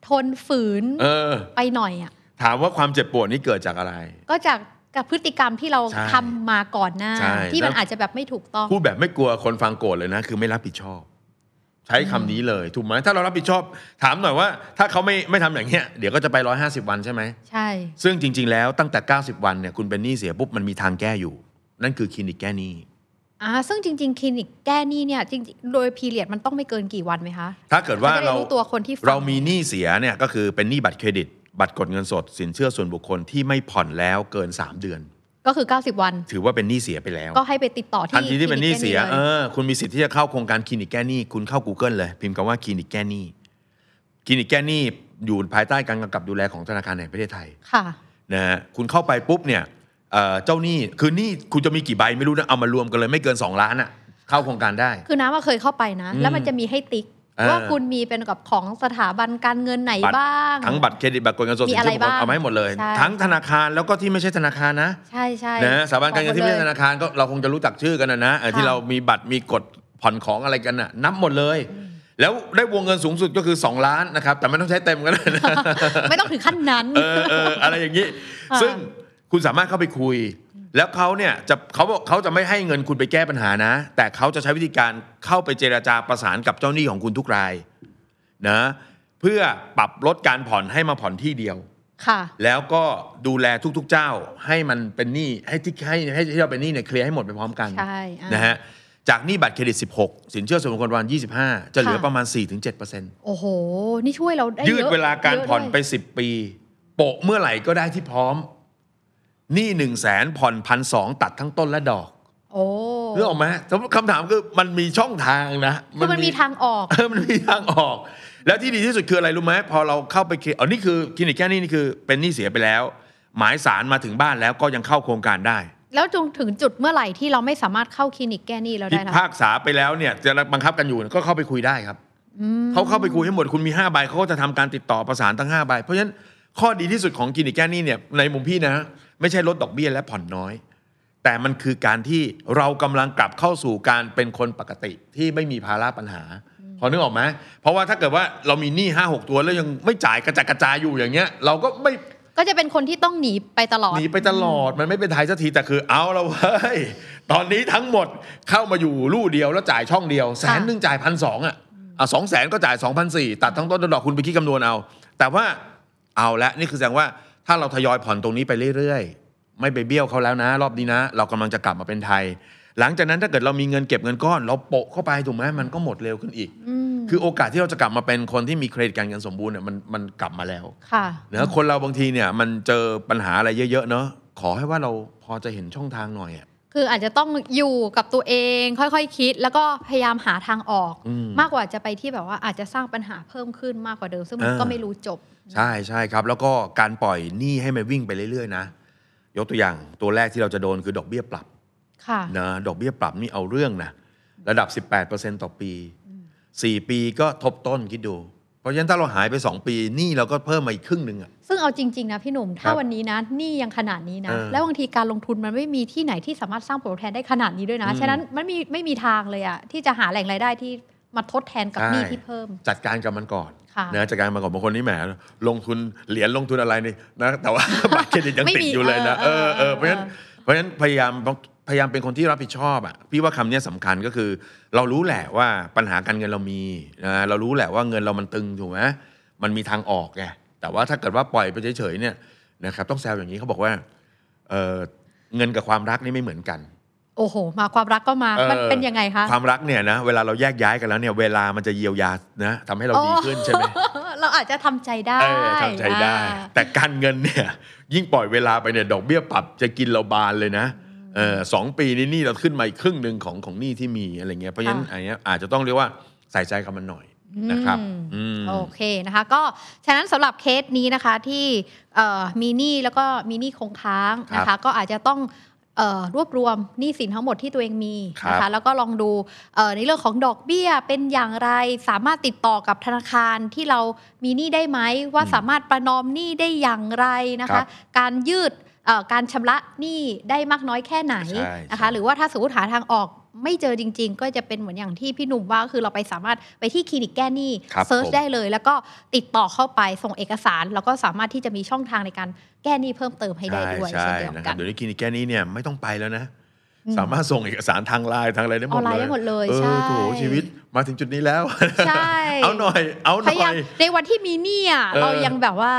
Speaker 2: ทนฝืน
Speaker 3: เออ
Speaker 2: ไปหน่อยอ่ะ
Speaker 3: ถามว่าความเจ็บปวดนี้เกิดจากอะไร
Speaker 2: ก็จากกับพฤติกรรมที่เรา
Speaker 3: ใช่
Speaker 2: ทำมาก่อนหน้า
Speaker 3: ใช่
Speaker 2: ที่มัน
Speaker 3: แล้ว
Speaker 2: อาจจะแบบไม่ถูกต้อง
Speaker 3: พูดแบบไม่กลัวคนฟังโกรธเลยนะ คือไม่รับผิดชอบ ใช้คำนี้เลย ถูกไหมถ้าเรารับผิดชอบ ถามหน่อยว่า ถ้าเขาไม่ไม่ทำอย่างเงี้ยเดี๋ยวก็จะไป 150 วันใช่ไหม
Speaker 2: ใช่
Speaker 3: ซึ่งจริง ๆ แล้วตั้งแต่ 90 วันเนี่ยคุณเป็นหนี้เสียปุ๊บมันมีทางแก้อยู่ นั่นคือคลินิกแก้หนี้
Speaker 2: อ่าซึ่งจริง ๆ คลินิกแก้หนี้เนี่ยจริงๆโดยพีเรียดมันต้องไม่เกินกี่วันไหมคะ
Speaker 3: ถ้าเกิดว่า
Speaker 2: ขจะไ
Speaker 3: เรา
Speaker 2: ตัวคนที่ฟัง
Speaker 3: เรามีหนี้เสียเนี่ยก็คือเป็นหนี้บัตรเครดิต บัตรกดเงินสด สินเชื่อส่วนบุคคลที่ไม่ผ่อนแล้วเกิน 3 เดือน
Speaker 2: ก็คือ 90 วัน
Speaker 3: ถือว่าเป็นหนี้เสียไปแล้ว
Speaker 2: ก็ให้ไปติดต่อที่
Speaker 3: ทันทีที่เป็นห
Speaker 2: ค
Speaker 3: นี้
Speaker 2: ลิก
Speaker 3: เสีย
Speaker 2: แก้ห
Speaker 3: เอ
Speaker 2: ล
Speaker 3: อคุณมีสิทธิ์ที่จะเข้าโครงการคลินิกแก้หนี้คุณเข้า Google เลย พิมพ์คำว่าคลินิกแก้หนี้คลินิกแก้หนี้อยู่ภายใต้การกำกับดูแลของธนาคารแห่งประเทศไทย
Speaker 2: ค่ะ
Speaker 3: นะฮะคุณเข้าไปปุ๊บเนี่ยเอ่อเจ้าหนี้คือหนี้คุณจะมีกี่ใบไม่รู้นะเอามารวมกันเลยไม่เกิน 2 ล้านอ่ะเข้าโครงการได้
Speaker 2: คือน้ำอะเคยเข้าไปนะ
Speaker 3: อืม
Speaker 2: แล้วมันจะมีให้ติ๊ก
Speaker 3: เออ
Speaker 2: ว่าคุณมีเป็นกับของสถาบันการเงินไหนบ้าง
Speaker 3: ทั้งบัตรเครดิตบัตรกดเงินสด
Speaker 2: มี
Speaker 3: สิน
Speaker 2: อะไร
Speaker 3: เชื่อบุคคล
Speaker 2: บ้าง
Speaker 3: เอาไว้หมดเลย
Speaker 2: ใช่
Speaker 3: ทั้งธนาคารแล้วก็ที่ไม่ใช่ธนาคารนะ
Speaker 2: ใช่ใช่
Speaker 3: นะสถาบันการเงินที่ไม่ใช่ธ
Speaker 2: นะ
Speaker 3: นาคารก็เราคงจะรู้จักชื่อกันนะนะเออ
Speaker 2: ค่ะ
Speaker 3: ที่เรามีบัตรมีกฎผ่อนของอะไรกันน่ะนับหมดเลย แล้วได้วงเงินสูงสุดก็คือ 2 ล้านนะครับ แต่ไม่ต้องใช้เต็มกันนะ
Speaker 2: ไม่ต้องถึงขั้นนั้น
Speaker 3: เออเอออะไรอย่างนี้
Speaker 2: ค่ะ
Speaker 3: ซึ่งคุณสามารถเข้าไปคุย แล้วเขาเนี่ยจะเขาบอกเขาจะไม่ให้เงินคุณไปแก้ปัญหานะ แต่เขาจะใช้วิธีการเข้าไปเจราจาประสานกับเจ้าหนี้ของคุณทุกรายนะเพื่อปรับลดการผ่อนให้มาผ่อนที่เดียว
Speaker 2: ค่ะ
Speaker 3: แล้วก็ดูแลทุกๆ เจ้าให้มันเป็นหนี้ให้ที่ให้ให้ที่เราเป็นหนี้เนี่ยเคลียร์ให้หมดไปพร้อมกัน
Speaker 2: ใช่อ่ะ
Speaker 3: นะฮะจากหนี้บัตรเครดิต 16 สินเชื่อส่วนบุคคลประมาณ25 จะเหลือ
Speaker 2: ค่ะ
Speaker 3: ประมาณ 4-7%
Speaker 2: โอ้โห นี่ช่วยเราได้
Speaker 3: ยืด
Speaker 2: อะ
Speaker 3: เวลาการ
Speaker 2: เยะ
Speaker 3: ผ่อนไป
Speaker 2: ด้ว
Speaker 3: 10 ปี โปะเมื่อไหร่ก็ได้ที่พร้อม หนี้1 0 0 0 0แสนผ่อนพันสองตัดทั้งต้นและดอก
Speaker 2: ยโอ้
Speaker 3: เรื่องออกไหมสมมติคำถามคือมันมีช่องทางนะ
Speaker 2: คือมันมีทางออก
Speaker 3: เออมันมีทางออก แล้วที่ดีที่สุดคืออะไรรู้ไหมพอเราเข้าไปเคลียร์อ๋อนี่คือคลินิกแก้หนี้นี่คือเป็นหนี้เสียไปแล้ว หมายสารมาถึงบ้านแล้วก็ยังเข้าโครงการได้
Speaker 2: แล้วจนถึงจุดเมื่อไหร่ที่เราไม่สามารถเข้าคลินิกแก้หนี้เรา
Speaker 3: พิ
Speaker 2: ได้แล้ว
Speaker 3: พากษาไปแล้วเนี่ยจะบังคับกันอยู่ก็เข้าไปคุยได้ครับเขาเข้าไปคุยให้หมดคุณมี5ใบเขาก็จะทำการติดต่อประสานทั้ง5ใบเพราะฉะนั้นข้อดีที่สุดของคลินิกแก้หนี้เนี่ยในมุมพี่นะ ไม่ใช่ลดดอกเบี้ยและผ่อนน้อย แต่มันคือการที่เรากำลังกลับเข้าสู่การเป็นคนปกติที่ไม่มีภาระปัญหา พอนึกออกไหมเพราะว่าถ้าเกิดว่าเรามีหนี้ห้าหกตัวแล้วยังไม่จ่ายกระจัดกระจายอยู่อย่างเงี้ย เราก็ไม่
Speaker 2: ก็จะเป็นคนที่ต้องหนีไปตลอด
Speaker 3: หนีไปตลอดมันไม่เป็นไทยสักทีแต่คือเอาละเว้ย ตอนนี้ทั้งหมดเข้ามาอยู่ลู่เดียวแล้วจ่ายช่องเดียวแสนหนึ่งจ่ายพันสองอ่ะอ่ะสองแสนก็จ่าย2 0 0 ตัดทั้งต้นต้นดอกคุณไปคิดคำนวณเอา แต่ว่าเอาละนี่คือแสดงว่าถ้าเราทยอยผ่อนตรงนี้ไปเรื่อยๆ ไม่ไปเบี้ยวเขาแล้วนะ รอบนี้นะ เรากำลังจะกลับมาเป็นไทย หลังจากนั้นถ้าเกิดเรามีเงินเก็บเงินก้อน เราโปะเข้าไปถูกไหมมันก็หมดเร็วขึ้นอีก คือโอกาสที่เราจะกลับมาเป็นคนที่มีเครดิตการเงินสมบูรณ์เนี่ยมันมันกลับมาแล้ว
Speaker 2: ค่ะ
Speaker 3: เนอะคนเราบางทีเนี่ยมันเจอปัญหาอะไรเยอะๆเนาะขอให้ว่าเราพอจะเห็นช่องทางหน่อยอะ
Speaker 2: คืออาจจะต้องอยู่กับตัวเองค่อยๆคิด แล้วก็พยายามหาทางออก
Speaker 3: อืม
Speaker 2: มากกว่าจะไปที่แบบว่าอาจจะสร้างปัญหาเพิ่มขึ้นมากกว่าเดิม ซึ่งมัน
Speaker 3: อ่า
Speaker 2: ก็ไม่รู้จบ
Speaker 3: ใช่ใช่ครับ แล้วก็การปล่อยหนี้ให้มันวิ่งไปเรื่อยๆนะยกตัวอย่างตัวแรกที่เราจะโดนคือดอกเบี้ยปรับ
Speaker 2: ค่ะ
Speaker 3: นะดอกเบี้ยปรับนี่เอาเรื่องนะระดับ 18%ต่อปี 4 ปีก็ทบต้นคิดดู เพราะฉะนั้นถ้าเราหายไป 2 ปีหนี้เราก็เพิ่มมาอีกครึ่งหนึ่งอะ
Speaker 2: ซึ่งเอาจริง ๆ นะพี่หนุ่ม
Speaker 3: ครั
Speaker 2: ถ้า
Speaker 3: บ
Speaker 2: วันนี้นะหนี่ยังขนาดนี้นะ
Speaker 3: เออ
Speaker 2: แล้วบางทีการลงทุนมันไม่มีที่ไหนที่สามารถสร้างผลตอบแทนได้ขนาดนี้ด้วยนะ
Speaker 3: อืม
Speaker 2: ฉะนั้นมันมีไม่มีทางเลยอะที่จะหาแหล่งรายได้ที่มาทดแทนกับ
Speaker 3: ใช่
Speaker 2: หนี้ที่เพิ่ม
Speaker 3: จัดการกับมันก่อน
Speaker 2: ค่ะ
Speaker 3: นะจัดการกับมันก่อนบางคนนี่แหมลงทุนเหรียญลงทุนอะไรนี่นะแต่ว่า บัตรเครดิตยัง
Speaker 2: ไม่
Speaker 3: ติด
Speaker 2: มี
Speaker 3: อยู่เลยนะเอ
Speaker 2: เอ
Speaker 3: อ
Speaker 2: อ
Speaker 3: เอ
Speaker 2: เอ
Speaker 3: อ
Speaker 2: อ
Speaker 3: เพราะฉะนั้น
Speaker 2: เออ
Speaker 3: เพราะฉะนั้นพยายามพยายามเป็นคนที่รับผิดชอบอ่ะพี่ว่าคำเนี้ยสำคัญก็คือ เรารู้แหละว่าปัญหาการเงินเรามีนะเรารู้แหละว่าเงินเรามันตึงถูกไหมมันมีทางออกไงแต่ว่าถ้าเกิดว่าปล่อยไปเฉยๆเนี่ยนะครับต้องแซวอย่างนี้เขาบอกว่าเออเงินกับความรักนี่ไม่เหมือนกัน
Speaker 2: โอ้โห มาความรักก็มา
Speaker 3: เออ
Speaker 2: มันเป็นยังไงคะ
Speaker 3: ความรักเนี่ยนะเวลาเราแยกย้ายกันแล้วเนี่ยเวลามันจะเยียวยานะทำให้เราดีขึ้นใช่ไหม
Speaker 2: โอ้ เราอาจจะทำใจได้
Speaker 3: เออทำใจได้
Speaker 2: อ่า
Speaker 3: แต่การเงินเนี่ย ยิ่งปล่อยเวลาไปเนี่ยดอกเบี้ยปรับจะกินเราบานเลยนะเออสองปีนี้หนี่เราขึ้นมาอีกครึ่งหนึ่งของของหนี้ที่มีอะไรเงี้ยเพราะฉะนั้น
Speaker 2: ค่ะ
Speaker 3: อันเนี้ยอาจจะต้องเรียกว่าใส่ใจกับมันหน่อยนะครับอืม
Speaker 2: โอเคนะคะ ก็ฉะนั้นสำหรับเคสนี้นะคะที่เอ่อมีหนี้แล้วก็มีหนี้คงค้างนะ
Speaker 3: ค
Speaker 2: คะ
Speaker 3: รับ
Speaker 2: ก็อาจจะต้องเอ่อรวบรวมหนี้สินทั้งหมดที่ตัวเองมีนะ
Speaker 3: ครั
Speaker 2: คะ
Speaker 3: บ
Speaker 2: แล้วก็ลองดูเอ่อในเรื่องของดอกเบี้ยเป็นอย่างไรสามารถติดต่อกับธนาคารที่เรามีหนี้ได้ไหมว่า
Speaker 3: อืม
Speaker 2: สามารถประนอมหนี้ได้อย่างไรนะ
Speaker 3: ครั
Speaker 2: คะ
Speaker 3: บ
Speaker 2: การยืดเอ่อการชำระหนี้ได้มากน้อยแค่ไหน
Speaker 3: ใช่
Speaker 2: นะ
Speaker 3: ใช่
Speaker 2: คะ หรือว่าถ้าสมมติหาทางออกไม่เจอจริง ๆ ก็จะเป็นเหมือนอย่างที่พี่หนุ่มว่าคือเราไปสามารถไปที่คลินิกแก้หนี้
Speaker 3: ครับ
Speaker 2: เซิร์ช
Speaker 3: ผม
Speaker 2: ได้เลยแล้วก็ติดต่อเข้าไปส่งเอกสาร แล้วก็สามารถที่จะมีช่องทางในการแก้หนี้เพิ่มเติมให้ได้ด้วย
Speaker 3: ใช่
Speaker 2: เช่นเดียว
Speaker 3: นะค
Speaker 2: กั
Speaker 3: รับ
Speaker 2: น
Speaker 3: เดี๋ยวนี้คลินิกแก้นี้เนี่ยไม่ต้องไปแล้วนะ
Speaker 2: อืม
Speaker 3: สามารถส่งเอกสารทางไลน์ทางอะไรได้หมด
Speaker 2: ออนไลน์
Speaker 3: เลย
Speaker 2: ได้หมดเลย
Speaker 3: ออ
Speaker 2: ใช่
Speaker 3: โถ่ชีวิตมาถึงจุดนี้แล้ว
Speaker 2: ใช่
Speaker 3: เอาหน่อย เอาห
Speaker 2: พ
Speaker 3: น่
Speaker 2: ยายา
Speaker 3: อ
Speaker 2: ม
Speaker 3: ย
Speaker 2: ในวันที่มีหนี้อ่ะ
Speaker 3: เออ
Speaker 2: เรายังแบบว่า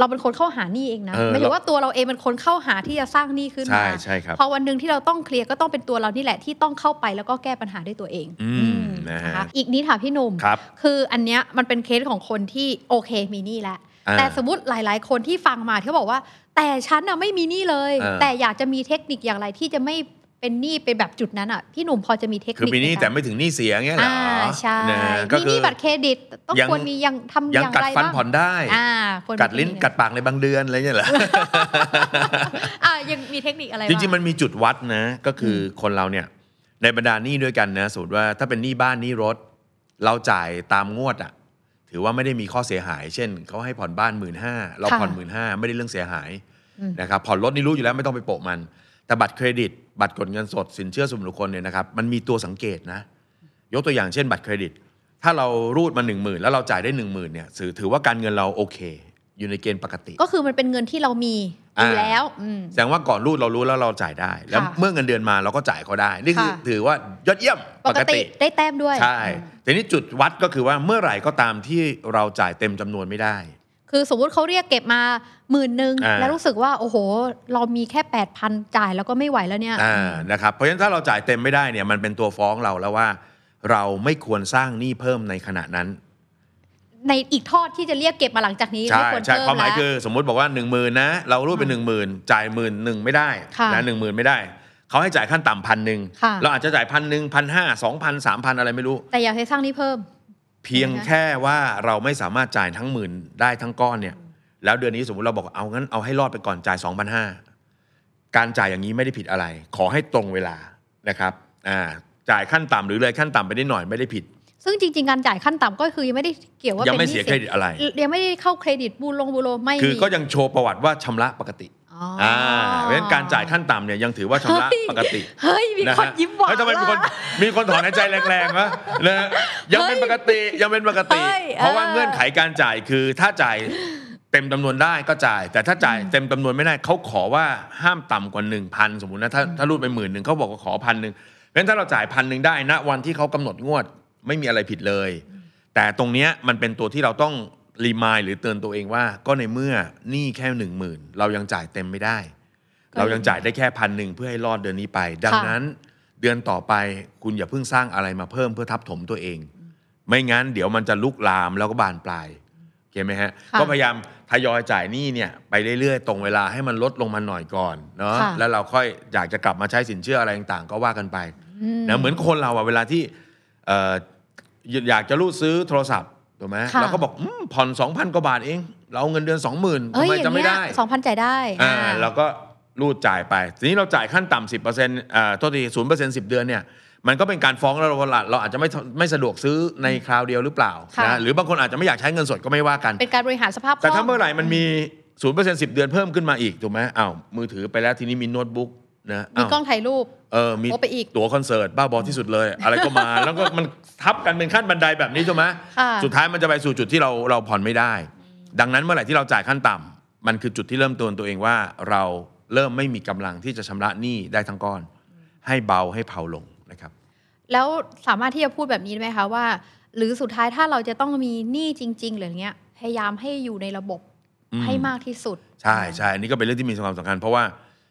Speaker 2: เราเป็นคนเข้าหาหนี้เองนะ
Speaker 3: เออ
Speaker 2: ไม่ใช่
Speaker 3: เรา
Speaker 2: ว่าตัวเราเองเป็นคนเข้าหาที่จะสร้างหนี้ขึ้น
Speaker 3: ใช่
Speaker 2: มา
Speaker 3: ใช่ครับ
Speaker 2: พอวันหนึ่งที่เราต้องเคลียร์ก็ต้องเป็นตัวเรานี่แหละที่ต้องเข้าไปแล้วก็แก้ปัญหาด้วยตัวเอง
Speaker 3: อืม
Speaker 2: อืม
Speaker 3: นะฮะ
Speaker 2: คอีกนิดค่ะพี่หนุ่ม
Speaker 3: ครับ
Speaker 2: คืออันเนี้ยมันเป็นเคสของคนที่โอเคมีหนี้แล้ว
Speaker 3: อ่า
Speaker 2: แต่สมมติหลาย ๆ คนที่ฟังมาเขาบอกว่า แต่ฉันน่ะไม่มีหนี้เลย
Speaker 3: เออ
Speaker 2: แต่อยากจะมีเทคนิคอย่างไรที่จะไม่เป็นหนี้เป็นแบบจุดนั้นอ่ะพี่หนุ่มพอจะมีเทคนิค
Speaker 3: คือปีนี้
Speaker 2: ใการ
Speaker 3: แต่ไม่ถึงหนี้เสียเงี้ยเหรอ
Speaker 2: อ่าใช่
Speaker 3: นะก็
Speaker 2: มีห
Speaker 3: คือ
Speaker 2: นี้บัตรเครดิตต้อง
Speaker 3: ยัง
Speaker 2: ควรมียังทำอ
Speaker 3: ยัง
Speaker 2: ย่าง
Speaker 3: กัด
Speaker 2: ไร
Speaker 3: ฟัน
Speaker 2: บ้าง
Speaker 3: ผ่อนได้
Speaker 2: อ่าควรมี
Speaker 3: กัดลิ้น
Speaker 2: เทคค
Speaker 3: กัดปากในบางเดือนอะไรเงี้ยเหรอ
Speaker 2: อ่ายังมีเทคนิคอะไร
Speaker 3: จ
Speaker 2: บ้า
Speaker 3: ริงๆมันมีจุดวัดนะ ก็คืออคนเราเนี่ย ในบรรดาหนี้ด้วยกันนะสมมติว่าถ้าเป็นหนี้บ้านหนี้รถ เราจ่ายตามงวดอ่ะ ถือว่าไม่ได้มีข้อเสียหาย เช่นเขาให้ผ่อนบ้านหมื่นห้าเราผ่อนหมื่นห้าไม่ได้เรื่องเสียหาย
Speaker 2: อืม
Speaker 3: นะครับผ่อนรถนี่รู้อยู่แล้วไม่ต้องไปโปะมัน แต่บัตรเครดิต บัตรกดเงินสด สินเชื่อส่วนบุคคลเนี่ยนะครับมันมีตัวสังเกตนะ ยกตัวอย่างเช่นบัตรเครดิต ถ้าเรารูดมา1 0,000 แล้วเราจ่ายได้1 0,000เนี่ยถือถือว่าการเงินเราโอเค อยู่ในเกณฑ์ปกติ
Speaker 2: ก็คือมันเป็นเงินที่เรามีอยู่
Speaker 3: อ่า
Speaker 2: แล้วอืม
Speaker 3: แสดงว่าก่อนรูดเรารู้แล้วเราจ่ายได้ แล้ว
Speaker 2: ค่ะ
Speaker 3: เมื่อเงินเดือนมาเราก็จ่ายเขาได้ นี่คือ
Speaker 2: ค่ะ
Speaker 3: ถือว่ายอดเยี่ยม
Speaker 2: ปกติได้แต้มด้วย
Speaker 3: ใช่
Speaker 2: อืม
Speaker 3: ทีนี้จุดวัดก็คือว่าเมื่อไหร่ก็ตามที่เราจ่ายเต็มจำนวนไม่ได้
Speaker 2: คือสมมติเขาเรียกเก็บมาหมื่นหนึ่ง
Speaker 3: อ่า
Speaker 2: แล้วรู้สึกว่า โอ้โห เรามีแค่ 8,000 จ่ายแล้วก็ไม่ไหวแล้วเนี่ย
Speaker 3: อ่านะครับเพราะฉะนั้นถ้าเราจ่ายเต็มไม่ได้เนี่ยมันเป็นตัวฟ้องเราแล้วว่า เราไม่ควรสร้างหนี้เพิ่มในขณะนั้น
Speaker 2: ในอีกทอดที่จะเรียกเก็บมาหลังจากนี้
Speaker 3: ใช่
Speaker 2: ไม่ควร
Speaker 3: ใช่
Speaker 2: เพิ่ม
Speaker 3: ความห
Speaker 2: แล้
Speaker 3: มายว คือสมมุติบอกว่า1 0,000ื่นนะเรารูดเป็นหนึ่งหมื่นจ่ายหมื่นหนึ่งไม่ได้
Speaker 2: ค่ะ
Speaker 3: นะหนึ่งหมื่นไม่ได้เขาให้จ่ายขั้นต่ำพันหนึ่ง
Speaker 2: ค่ะ
Speaker 3: เราอาจจะจ่ายพันหนึ่งพันห้าสองพันสามพันอะไรไม่รู้
Speaker 2: แต่อย่าให้สร้างหนี้เพิ่ม
Speaker 3: เพียง
Speaker 2: นะคะ
Speaker 3: แค่ว่าเราไม่สามารถจ่ายทั้งหมื่นได้ทั้งก้อนเนี่ย แล้วเดือนนี้สมมติเราบอกเอางั้นเอาให้รอดไปก่อนจ่าย 2 5 0 0 การจ่ายอย่างนี้ไม่ได้ผิดอะไร ขอให้ตรงเวลานะครับอ่าจ่ายขั้นต่ำหรือเลยขั้นต่ำไปได้หน่อยไม่ได้ผิด
Speaker 2: ซึ่งจริง ๆ การจ่ายขั้นต่ำก็คือยังไม่ได้เกี่ยวว่า
Speaker 3: ยัง
Speaker 2: เป็นห
Speaker 3: ไม่
Speaker 2: นี้
Speaker 3: เสียเครดิตอะไร
Speaker 2: ยังไม่ได้เข้าเครดิตบูลงบูโรไม่
Speaker 3: คือ
Speaker 2: มี
Speaker 3: ก็ยังโชว์ประวัติว่าชำระปกติ
Speaker 2: อ๋
Speaker 3: ่าเพราะฉะนั้นการจ่ายขั้นต่ำเนี่ยยังถือว่าชำระปกติ
Speaker 2: เฮ้ย มี
Speaker 3: ะ
Speaker 2: ค
Speaker 3: ฮะ
Speaker 2: นยิ้มหวาน
Speaker 3: เฮ้ยทำไมมีคน
Speaker 2: ละ
Speaker 3: มีคนถอนหายใจแรงๆวะนะฮะยังเป็นปกติยังเป็นปกติ
Speaker 2: เฮ้ย
Speaker 3: เพราะว่า
Speaker 2: เออ
Speaker 3: เงื่อนไขการจ่ายคือถ้าจ่ายเต็มจำนวนได้ก็จ่าย แต่ถ้าจ่ายเต็มจำนวนไม่ได้เขาขอว่าห้ามต่ำกว่า 1,000 สมมุตินะถ้าถ้ารูดไปหมื่นหนึ่งเขาบอกว่าขอพันหนึ่งเพราะฉะนั้นถ้าเราจ่ายพันหนึ่งได้ณวันที่เขากำหนดงวดไม่มีอะไรผิดเลย แต่ตรงเนี้ยมันเป็นตัวที่เราต้องรีมายหรือเตือนตัวเองว่า ก็ในเมื่อหนี้แค่หนึ่งหมื่นเรายังจ่ายเต็มไม่ได้ เรายังจ่ายได้แค่พันหนึ่งเพื่อให้รอดเดือนนี้ไป ดัง
Speaker 2: ค่ะ
Speaker 3: นั้นเดือนต่อไปคุณอย่าเพิ่งสร้างอะไรมาเพิ่มเพื่อทับถมตัวเอง ไม่งั้นเดี๋ยวมันจะลุกลามแล้วก็บานปลายโอเข้าไหมฮะ
Speaker 2: ค่ะ
Speaker 3: ก็พยายามทยอยจ่ายหนี้เนี่ยไปเรื่อยๆ ตรงเวลาให้มันลดลงมาหน่อยก่อนเนาะ
Speaker 2: ค่ะ
Speaker 3: แล้วเราค่อยอยากจะกลับมาใช้สินเชื่ออะไรต่างๆ ก็ว่ากันไป
Speaker 2: อืม
Speaker 3: นะเหมือนคนเราอะเวลาที่เอ่ออยากจะรูดซื้อโทรศัพท์ถูกไหม
Speaker 2: ค่ะ
Speaker 3: เราก็บอกอมผ่อนสองพันกว่าบาทเอง เราเอาเงินเดือนสองหมื่น
Speaker 2: เอ้ย
Speaker 3: ทำไม
Speaker 2: อย่า
Speaker 3: จะ
Speaker 2: ง
Speaker 3: ไม่
Speaker 2: เงี้ย
Speaker 3: ได้
Speaker 2: สองพันจ่ายได้
Speaker 3: อ่า
Speaker 2: อ่า
Speaker 3: เราก็รูดจ่ายไป ทีนี้เราจ่ายขั้นต่ำสิบเปอร์เซ็นต์อ่าโทษทีศูนย์เปอร์เซ็นต์สิบเดือนเนี่ยมันก็เป็นการฟ้องเราว่าเราเราอาจจะไม่ไม่สะดวกซื้อในคราวเดียวหรือเปล่า
Speaker 2: ค่ะ
Speaker 3: นะหรือบางคนอาจจะไม่อยากใช้เงินสดก็ไม่ว่ากัน
Speaker 2: เป็นการบริหารสภาพคล่
Speaker 3: แต่
Speaker 2: อง
Speaker 3: ถ้าเมื่อไหร่มันมีศูนย์เปอร์เซ็นต์สิบเดือนเพิ่มขึ้นมาอีกถูกไหมอ้าวมือถือไปแล้วทีนี้มีโน้ตบุ๊กนะ
Speaker 2: มี
Speaker 3: อ้าว
Speaker 2: กล้องถ่ายรูป
Speaker 3: เออ มี
Speaker 2: โอ้ไปอีก
Speaker 3: ตั๋วคอนเสิร์ต บ้าบอที่สุด เลย อะไรก็มา แล้วก็มันทับกันเป็นขั้นบันไดแบบนี้ใช่ไหม
Speaker 2: ค่ะ
Speaker 3: สุดท้ายมันจะไปสู่จุดที่เราเราผ่อนไม่ได้ ดังนั้นเมื่อไหร่ที่เราจ่ายขั้นต่ำมันคือจุดที่เริ่มเตือนตัวเองว่าเราเริ่มไม่มีกำลังที่จะชำระหนี้ได้ทั้งก้อน ให้เบาให้เผาลงนะครับ
Speaker 2: แล้วสามารถที่จะพูดแบบนี้ได้ไหมคะว่า หรือสุดท้ายถ้าเราจะต้องมีหนี้จริง ๆ หรืออย่างเงี้ยพยายามให้อยู่ในระบบ
Speaker 3: อืม
Speaker 2: ให้มากที่สุด
Speaker 3: ใช่ใช่อันนี่ก็เป็นเรื่องที่มีความสำคัญ เพราะว่า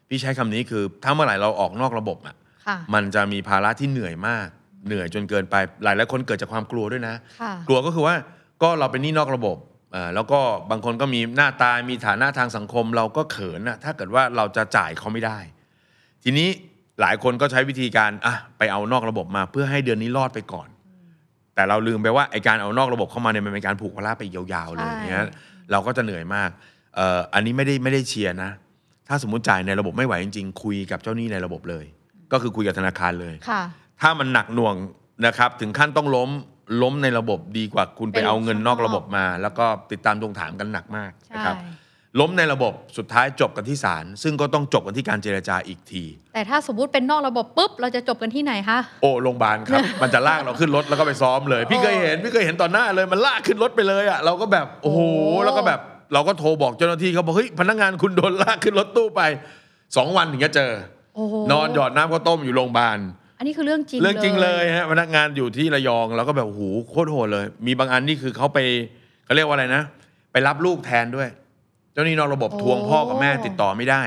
Speaker 3: พี่ใช้คำนี้คือถ้าเมื่อไหร่เราออกนอกระบบอะ
Speaker 2: ค่ะ
Speaker 3: มันจะมีภาระที่เหนื่อยมาก เหนื่อยจนเกินไป หลายหลายๆคนเกิดจากความกลัวด้วยนะ
Speaker 2: ค่ะ
Speaker 3: กลัวก็คือว่าก็เราเป็นหนี้นอกระบบ เอ่อแล้วก็บางคนก็มีหน้าตา มีฐานะทางสังคมเราก็เขินนะถ้าเกิดว่าเราจะจ่ายเขาไม่ได้ ทีนี้หลายคนก็ใช้วิธีการอ่ะไปเอานอกระบบมาเพื่อให้เดือนนี้รอดไปก่อน แต่เราลืมไปว่าไอการเอานอกระบบเข้ามาเนี่ยมันเป็นการผูกพลาไปยาวๆเลย
Speaker 2: ใช่
Speaker 3: เนี้ยเราก็จะเหนื่อยมากเอ่ออันนี้ไม่ได้ไม่ได้เชียร์นะ ถ้าสมมติจ่ายในระบบไม่ไหวจริงๆคุยกับเจ้าหนี้ในระบบเลย ก็คือคุยกับธนาคารเลย
Speaker 2: ค่ะ
Speaker 3: ถ้ามันหนักหน่วงนะครับ ถึงขั้นต้องล้มล้มในระบบดีกว่าคุณไป
Speaker 2: ไป
Speaker 3: เอาเงินนอก
Speaker 2: ข้างนอก
Speaker 3: ระบบมา แล้วก็ติดตามทวงถามกันหนักมาก
Speaker 2: ใช่
Speaker 3: นะครับ ล้มในระบบสุดท้ายจบกันที่ศาลซึ่งก็ต้องจบกันที่การเจรจาอีกที
Speaker 2: แต่ถ้าสมมติเป็นนอกระบบปุ๊บ เราจะจบกันที่ไหนคะ
Speaker 3: โอ้โรงพยาบาล ครับ มันจะลากเราขึ้นรถแล้วก็ไปซ้อมเลย พี่
Speaker 2: โอ้
Speaker 3: เคยเห็นพี่เคยเห็นต่อหน้าเลยมันลากขึ้นรถไปเลยอ่ะเราก็แบบโอ้โห
Speaker 2: โอ้
Speaker 3: แล้วก็แบบเราก็โทรบอกเจ้าหน้าที่เขาบอกเฮ้ยพนักงานคุณโดนลากขึ้นรถตู้ไปสองวันถึงจะเจอ
Speaker 2: โอ้โห
Speaker 3: นอนหยอดน้ำข้าวต้มอยู่โรงพยาบาล
Speaker 2: อันนี้คือเรื่องจริง
Speaker 3: เรื่องจริงเลยฮะพนักงานอยู่ที่ระยองแล้วก็แบบโอ้โหูโคตรโหดเลย มีบางอันนี่คือเขาไปเขาเรียกว่าอะไรนะ ไปรับลูกแทนด้วย เจ้าหนี้นอกระบบทวงพ่อกับแม่ติดต่อไม่ได้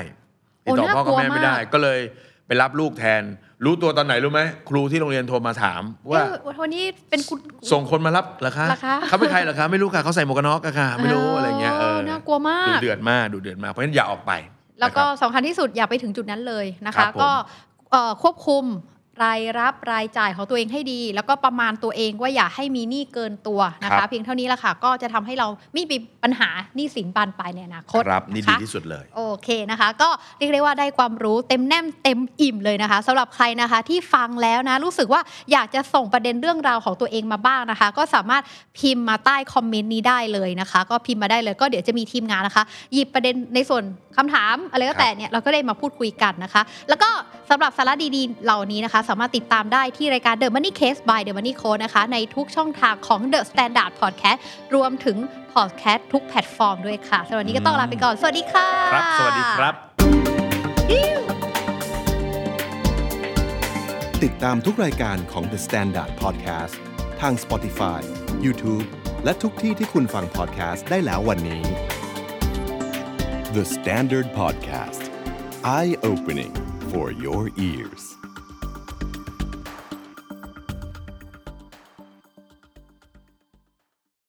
Speaker 3: ติดต่อพ่อกับแม่ไม่ได้ ก็เลยไปรับลูกแทน รู้ตัวตอนไหนรู้ไหมครูที่โรงเรียนโทรมาถามว่า
Speaker 2: เอ้ยวันนี้เป็นคุณ
Speaker 3: ส่งคนมารับเหรอคะ
Speaker 2: เหรอคะ
Speaker 3: เขาเป็นใครเหรอคะไม่รู้ค่ะเขาใส่หมวกกันน็อกอะค่ะ ไม่รู้อะไรเงี้ยเออ
Speaker 2: น่ากลัวมาก
Speaker 3: ดูเดือดมากดูเดือดมากเพราะฉะนั้นอย่าออกไป
Speaker 2: แล้วก็
Speaker 3: นะครับ
Speaker 2: สำคัญที่สุดอย่าไปถึงจุดนั้นเลยนะ
Speaker 3: ครั
Speaker 2: คะ
Speaker 3: บผม
Speaker 2: ก็เอ่อควบคุมรายรับรายจ่ายของตัวเองให้ดี แล้วก็ประมาณตัวเองว่าอย่าให้มีหนี้เกินตัวนะคะ เพียงเท่านี้ละค่ะ ก็จะทำให้เราไม่มีปัญหาหนี้สินบานปลายในอนาคต
Speaker 3: ครับ
Speaker 2: ะ
Speaker 3: นี่ดี
Speaker 2: คะ
Speaker 3: ที่สุดเลย
Speaker 2: โอเคนะคะ ก็เรียกได้ว่าได้ความรู้เต็มแน่นเต็มอิ่มเลยนะคะสำหรับใครนะคะที่ฟังแล้วนะ รู้สึกว่าอยากจะส่งประเด็นเรื่องราวของตัวเองมาบ้างนะคะ ก็สามารถพิมพ์มาใต้คอมเมนต์นี้ได้เลยนะคะ ก็พิมพ์มาได้เลยก็เดี๋ยวจะมีทีมงานนะคะ หยิบประเด็นในส่วนคำถามอะไรก็แต่เนี่ยเราก็ได้มาพูดคุยกันนะคะ แล้วก็สำหรับสาระดีๆ เหล่านี้นะคะ สามารถติดตามได้ที่รายการ The Money Case by The Money Code นะคะ ในทุกช่องทางของ The Standard Podcast รวมถึง Podcast ทุกแพลตฟอร์มด้วยค่ะสำหรับวันนี้ก็ต้องลาไปก่อนสวัสดีค่ะ
Speaker 3: ครับ สวัสดีครับ
Speaker 1: ติดตามทุกรายการของ The Standard Podcast ทาง Spotify, YouTube และทุกที่ที่คุณฟัง podcast ได้แล้ววันนี้ The Standard Podcast Eye Opening for Your Ears